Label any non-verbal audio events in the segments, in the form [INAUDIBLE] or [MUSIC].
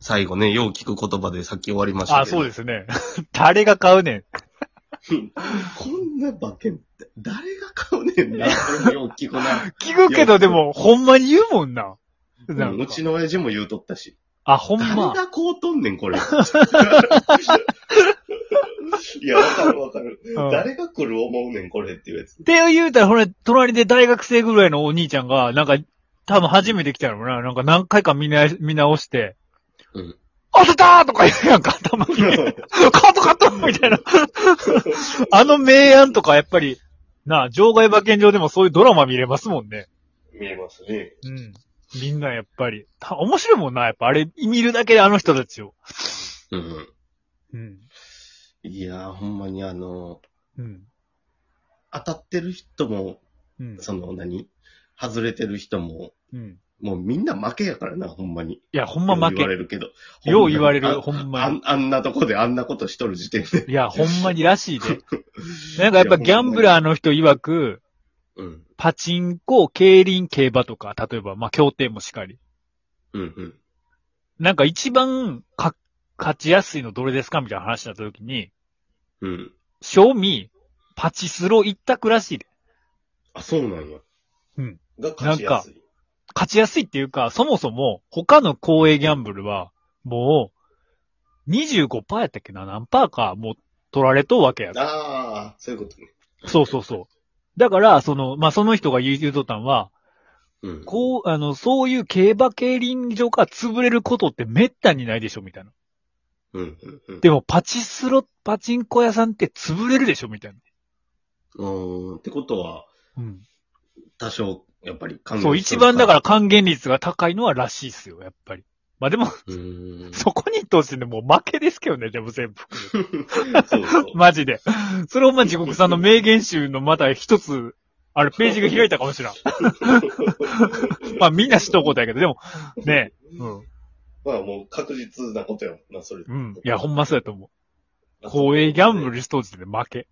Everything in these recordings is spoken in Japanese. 最後ね、よう聞く言葉でさっき終わりましたあ、けど。そうですね。 [LAUGHS] 誰が買うねん。こんな馬券って、誰が買うねん [LAUGHS] な。それもよう聞くな。聞くけど、でも、ほんまに言うもんな。なんうんかうちの親父も言うとったし。あ、ほん誰ま。がこうとんねん、これ。 [LAUGHS] いや、わかるわかる。うん誰が来る思うねん、これっていうやつっ。て言うたら、ほら、隣で大学生ぐらいのお兄ちゃんが、なんか、多分初めて来たのな。なんか何回か見な見直して、うん。当てたーとか言うやんか、[LAUGHS] 頭に。カットカットみたいな。あの名案とか、やっぱり、なあ、場外馬券場でもそういうドラマ見れますもんね。見えますね。うん。みんなやっぱり、た面白いもんな、やっぱあれ、見るだけであの人たちを。うん。うん。いやー、ほんまにあの、うん。当たってる人も、うん。その何、外れてる人も、うん。もうみんな負けやからな、ほんまに。いや、ほんま負よう言わけ。れるけど。よう言われる、あほんまあに。んあんなとこであんなことしとる時点で。いや、ほんまにらしいで。なんかやっぱギャンブラーの人曰く、うん。パチンコ、競輪、競馬とか、例えば、まあ、競艇もしかり。うんうん。なんか一番か、勝ちやすいのどれですかみたいな話になった時に、うん。賞味、パチスロ一択らしいで。あ、そうなんや。うん。が勝ちやすい。勝ちやすいっていうか、そもそも、他の公営ギャンブルは、もう、25%やったっけな何パーか、もう、取られとうわけや。ああ、そういうことね。そうそうそう。だから、その、まあ、その人が言う言うとったんは、うん。こう、あの、そういう競馬競輪場が潰れることって滅多にないでしょみたいな。うんうんうん。でも、パチスロ、パチンコ屋さんって潰れるでしょみたいな。うーん。ってことは、うん。多少、やっぱり関。そう、一番だからら還元率が高いのはらしいっすよ、やっぱり。まあでも、うーん。そこに通してね、もう負けですけどね、でも全部。 [LAUGHS] そうそう。 [LAUGHS] マジで。それをまあ地獄さんの名言集のまた一つ、あれ、ページが開いたかもしれん。まあみんな知っとうことやけど、でも、ねうん。まあもう確実なことやもんな、それ。うん。いや、ほんまそうやと思う。公営ギャンブルしとう時点で負け。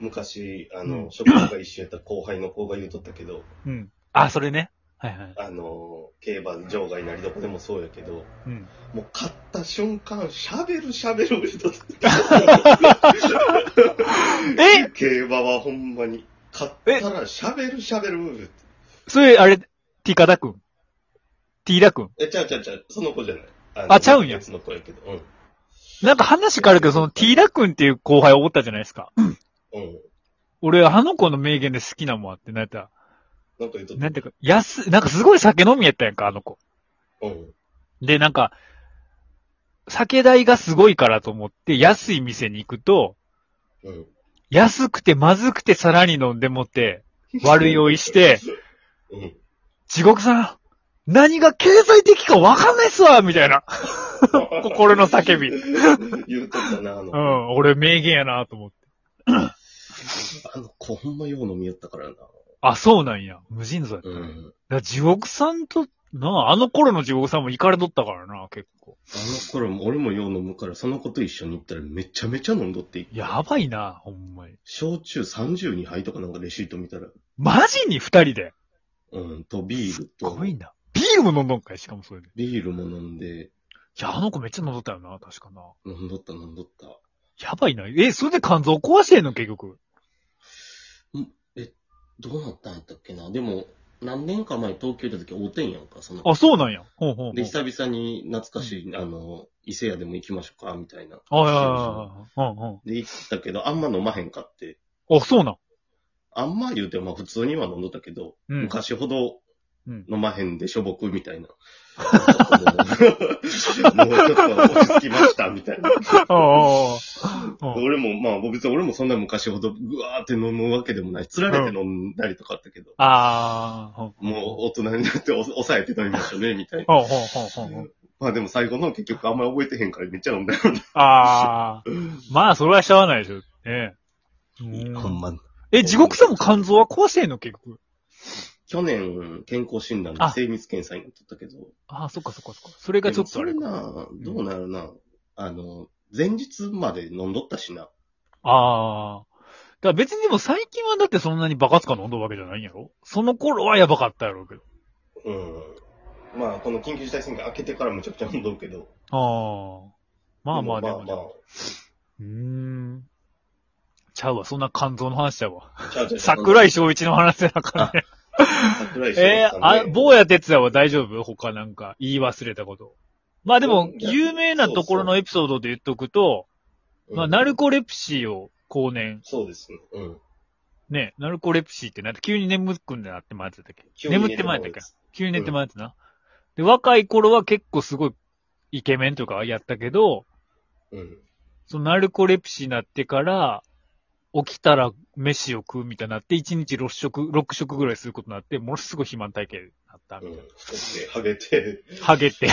昔、あうの、ん職場が一緒やった後輩の子が言うとったけど、うん。あ、それね。はいはい。あの、競馬場外なりどこでもそうやけど、うん。もう勝った瞬間、喋る喋る言うとったえ競馬はほんまに、勝ったら喋る喋るって。それ、あれ、ティカダ君ティーダ君え、ちゃうちゃうちゃう、その子じゃない。ああちゃうんや別の子やけど、うなんか話変わるけど、そのティーダ君っていう後輩おったじゃないですか。ん。うん。俺、あの子の名言で好きなもんあって、なんやったら、なんか言うとった。なんていうか、安、なんかすごい酒飲みやったやんか、あの子。うん。で、なんか、酒代がすごいからと思って、安い店に行くと、うん。安くてまずくてさらに飲んでもって、悪酔いして、うん。地獄さん、何が経済的かわかんないっすわみたいな。 [LAUGHS] 心の叫び。う [LAUGHS] 言うとったな、あの子。ん、俺名言やなと思って。あの子ほんまよう飲みよったからな。あ、そうなんや。無尽蔵やったうね。ん。だから地獄さんと、なあ、あの頃の地獄さんも行かれとったからな、結構。あの頃も俺もよう飲むから、その子と一緒に行ったらめちゃめちゃ飲んどっていい。やばいな、ほんまに。焼酎32杯とかなんかレシート見たら、マジに二人で。うん、とビールすとご、いな。ビールも飲んどんかい、しかもそれで。いビールも飲んで、や、あの子めっちゃ飲んどったよな、確かな。飲んどった飲んどった。やばいな。え、それで肝臓壊してんの、結局。どうなったんやったっけなでも、何年か前東京行った時会うてんやんか、その子。あ、そうなんや。ほうほうほう。で、久々に懐かしい、あの、伊勢屋でも行きましょうか、みたいな。あいやいやいやいやうんで、行ったけど、あんま飲まへんかって。うん。あ、そうなん。あんま言うても、まあ普通には飲んどったけど、 [LAUGHS] うん。昔ほどうん。飲まへんでしょぼくみたいな。もうちょっと落ち着きましたみたいな。ああああああ。俺も、まあ別に俺もそんな昔ほどぐわーって飲むわけでもない。つられて飲んだりとかあったけど、ああ。もう大人になってお抑えて飲みましょうね、みたいな。ほうほうほうほうほう。まあでも最後の結局あんまり覚えてへんからめっちゃ飲んだよね。ああ。まあ、それはしゃあないでしょ。ねえ。うん。ま。え、地獄さんも肝臓は壊してんの、結局。去年、健康診断であ精密検査になっとったけど、ああ、そっかそっかそっか。それがちょっとそあれれか。な、どうなるな、あの、前日まで飲んどったしな。ああ。だから別にでも最近はだってそんなにバカつか飲んどるわけじゃないんやろその頃はやばかったやろうけど。うん。まあ、あ、この緊急事態宣言明けてからむちゃくちゃ飲んどるけど。ああ。まあまあ、でまもあじゃあ、まうーん。ちゃうわ、そんな肝臓の話ちゃうわ。あ。ちゃうちゃうちゃう桜井翔一の話だからね。桜井翔えさー、んねあ、坊や哲也は大丈夫他なんか言い忘れたこと。まあでも、いや有名なところのエピソードで言っとくと、うんまあ、ナルコレプシーを後年、そうですね。うん。ね、ナルコレプシーってなんて急に眠くんなって前やってたっけ急に眠って前やったっけ急に寝てうんまうやつな。で、若い頃は結構すごいイケメンとかやったけど、うん。そのナルコレプシーになってから、起きたら飯を食うみたいになって、1日6食、6食ぐらいすることになって、ものすごい肥満体型になったうみたいん。太って、ハゲて。な。ハゲて。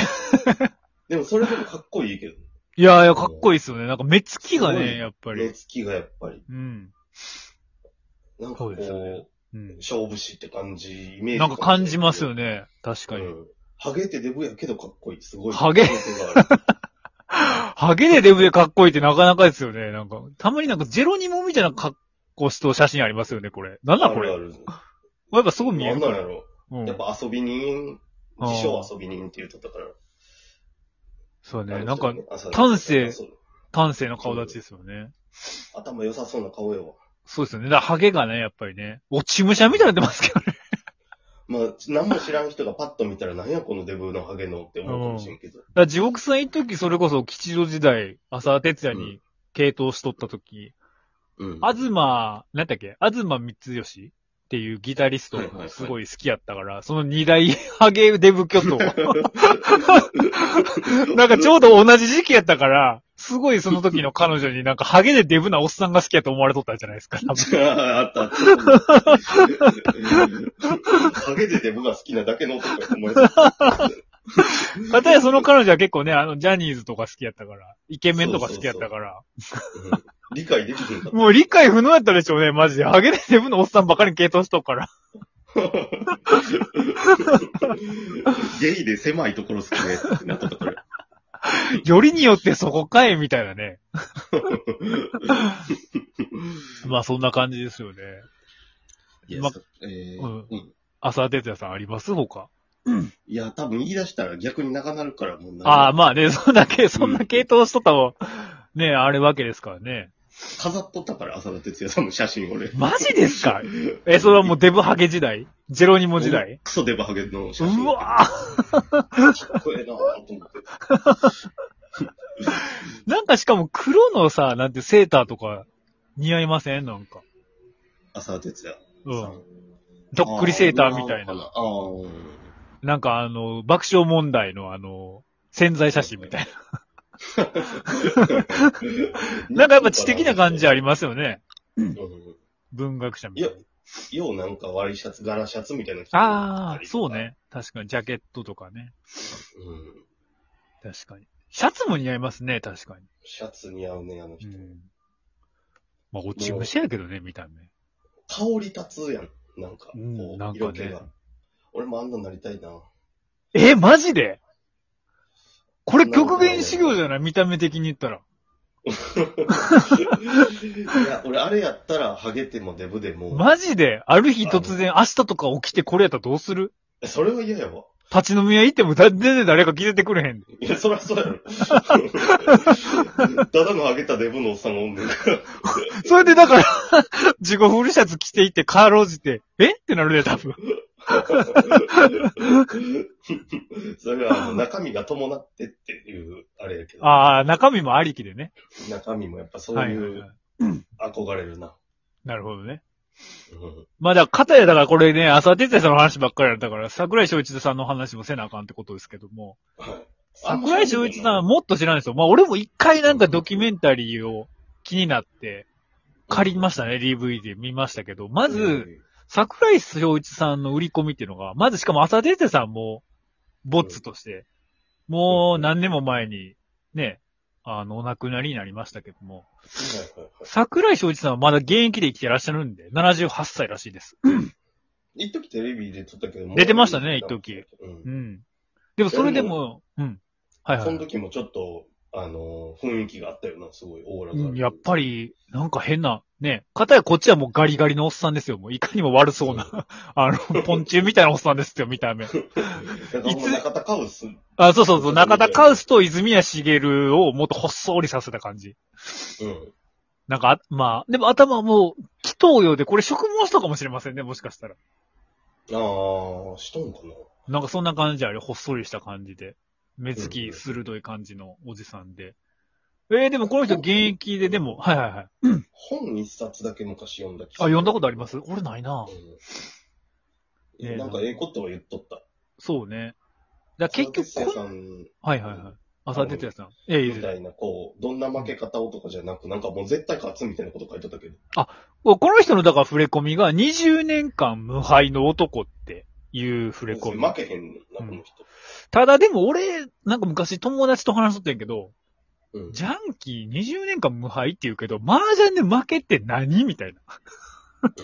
でもそれでもかっこいいけど。いやいや、かっこいいですよね。なんか目つきがすごいね、やっぱ目り。つきがやっぱり。うん。なんかそこうですようね、うん。勝負師って感じ、イメージ。なんか感じますよね。確かうに。ん。ハゲてデブやけどかっこいい。すごい。ハゲ可能性があるハゲでデブでかっこいいってなかなかですよね。なんか、たまになんかジェロニモみたいな格好した写真ありますよね、これ。なんだこれ。あやるあっぱすごいる見えなんるなんからや。ろ。うんやっ。ぱ遊び人、あー自称遊び人って言うとったから。そうあね。のなんか人、ね、朝端正そう端正の顔立ちですよね。頭良さそうな顔よ。そうですよね。だからハゲがね、やっぱりね。落ち武者みたいになってますけどね。まあ、何も知らん人がパッと見たら、なんやこのデブのハゲのって思うかもしれんけど。だから地獄さん一時それこそ吉祥時代、浅田哲也うに系統しとった時、うん。東、なんだっけ東光義っていうギタリストはいはいはいすごい好きやったから、その二大ハゲデブ巨頭。 [LAUGHS] なんかちょうど同じ時期やったから、すごいその時の彼女になんかハゲでデブなおっさんが好きやと思われとったんじゃないですか。多分 [LAUGHS] あったあ [LAUGHS] った。ハゲでデブが好きなだけの男やと思いますかたやその彼女は結構ね、あの、ジャニーズとか好きやったから、イケメンとか好きやったから、うん理解できひんかった。もう理解不能やったでしょうね、マジで。ハゲでデブのおっさんばかり系統しとくから。ゲイで狭いところ好きねってなっとったから。よりによってそこかい、みたいな [LAUGHS] ね。まあそんな感じですよね。いや、まそえーうんうん浅田哲也さんあります他。いや、多分言い出したら逆に長なるから、もうなんああ、かまあね、そんだけ、そんな系統しとったもん、ね、あれわけですからね。飾っとったから、浅田哲也さんの写真俺。マジですかえ、それはもうデブハゲ時代ジェロニモ時代クソデバハゲの写真。うわぁかっこええなぁと思って。なんかしかも黒のさ、なんてセーターとか似合いませんなんか。浅田哲也。うん。どっくりセーターみたいな。あーなんかあの、爆笑問題のあの、潜在写真みたいな。なんかやっぱ知的な感じありますよね。うん文学者みたいな。ようなんかワイシャツ、柄シャツみたいなの着てるああ、そう。ね。確かに、ジャケットとかね。うん。確かに。シャツも似合いますね、確かに。シャツ似合うね、あのう人。ん。まあ、落ち武者やけどね、見た目。香り立つやん。なんか、こうんなんう、か色ね気が。俺もあんなになりたいな。 [LAUGHS] え、マジでこれ極限修行じゃない見た目的に言ったら。いや、俺あれやったら、ハゲてもデブでも。マジである日突然、明日とか起きてこれやったらどうするそれは嫌やわ。立ち飲み屋行っても全然誰か気づいてくれへん。いや、そりゃそうや [LAUGHS] ろ。ただのハゲたデブのおっさんがおんねん [LAUGHS] から。それでだから、 [LAUGHS] 自己フルシャツ着ていって帰ろうじて、えってなるね、多分。それはあの中身が伴ってっていう、あれやけど。ああ、中身もありきでね。中身もやっぱそうはいいはいはうい。憧れるな。なるほどね。うんまあだから、片やだからこれね、浅田哲也さんの話ばっかりだったから、桜井翔一さんの話もせなあかんってことですけども、はい桜井翔一さんはもっと知らないですよ。まあ俺も一回なんかドキュメンタリーを気になって、借りましたね、DVD 見ましたけど、まず、、桜井翔一さんの売り込みっていうのが、まずしかも浅田哲也さんも、ボッツとして、もう何年も前に、ね、あの、お亡くなりになりましたけども、はいはいは桜井翔一さんはまだ現役で生きてらっしゃるんで、78歳らしいです。い。一時テレビで撮ったけどもう出てましたね一時うんうん。でもそれでも、うん。はいはそいのはい。時もちょっと、あの、雰囲気があったよな、すごい、オーラがあうる。ん、やっぱり、なんか変な、ね。かたやこっちはもうガリガリのおっさんですよ。もういかにも悪そうな、 [LAUGHS] あの、ポンチュみたいなおっさんですよ、見た目。なんかほんま中田カウス。あ、そうそうそう、中田カウスと泉谷茂をもっとほっそりさせた感じ。うん。なんかあ、まあ、でも頭はもう、気頭用で、これ食毛したかもしれませんね、もしかしたら。ああ、しとんかな。なんかそんな感じあれ、ほっそりした感じで。目つき鋭い感じのおじさんで。えー、でもこの人現役で、でも、はいはいはい。あ、本一冊だけ昔読んだ気読んだことありますす俺ないなうんねえなんかええことは言っとった。そうね。だから結小説局家こん、さんはいはいはい。朝哲也さん。ええ、いいみですたいな、こう、どんな負け方をとかじゃなく、なんかもう絶対勝つみたいなこと書いてたけど。この人のだから触れ込みが20年間無敗の男っていう触れ込み。負けへんねんな、この人。ただでも俺、なんか昔友達と話しとったんやけど、うん。ジャンキー20年間無敗って言うけど、麻雀で負けって何みたいな。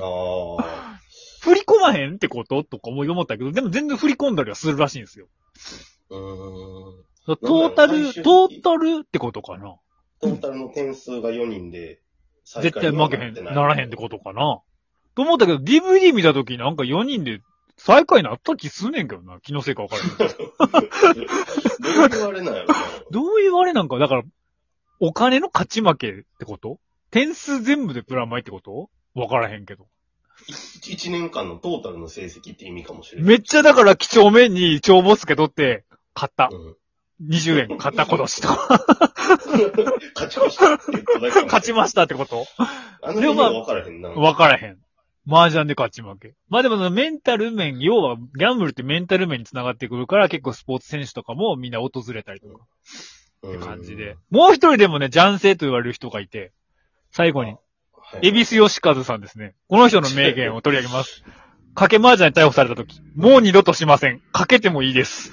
ああ。振り込まへんってこととか思い思ったけど、でも全然振り込んだりはするらしいんですよ。 [LAUGHS] うーん。トだろうータ最ル、終ト的ータルってことかなトータルの点数が4人で、絶対負けへん、ならへんってと。ことかなと思ったけど、DVD 見た時なんか4人で最下位になった気すんねんけどな。気のせいか分からへ [LAUGHS] ん。どういうあれなんやろな [LAUGHS] どういうあれなんか、だから、お金の勝ち負けってこと点数全部でプラマイってこと分からへんけど。 1年間のトータルの成績って意味かもしれない。めっちゃだから、几帳面に帳簿つけとって、買ったう。ん20円買ったこと [LAUGHS] しと。勝ち越したって言っただけ。勝ちましたってことあの意味は分からへんな。分からへん。麻雀で勝ち負け。まあでもそのメンタル面、要はギャンブルってメンタル面に繋がってくるから結構スポーツ選手とかもみんな訪れたりとかっって感じで。。もう一人でもね、ジャンセイと言われる人がいて、最後に、はいエビスヨシカズさんですね。この人の [LAUGHS] 名言を取り上げます。賭け麻雀に逮捕された時、もう二度としません。賭けてもいいです。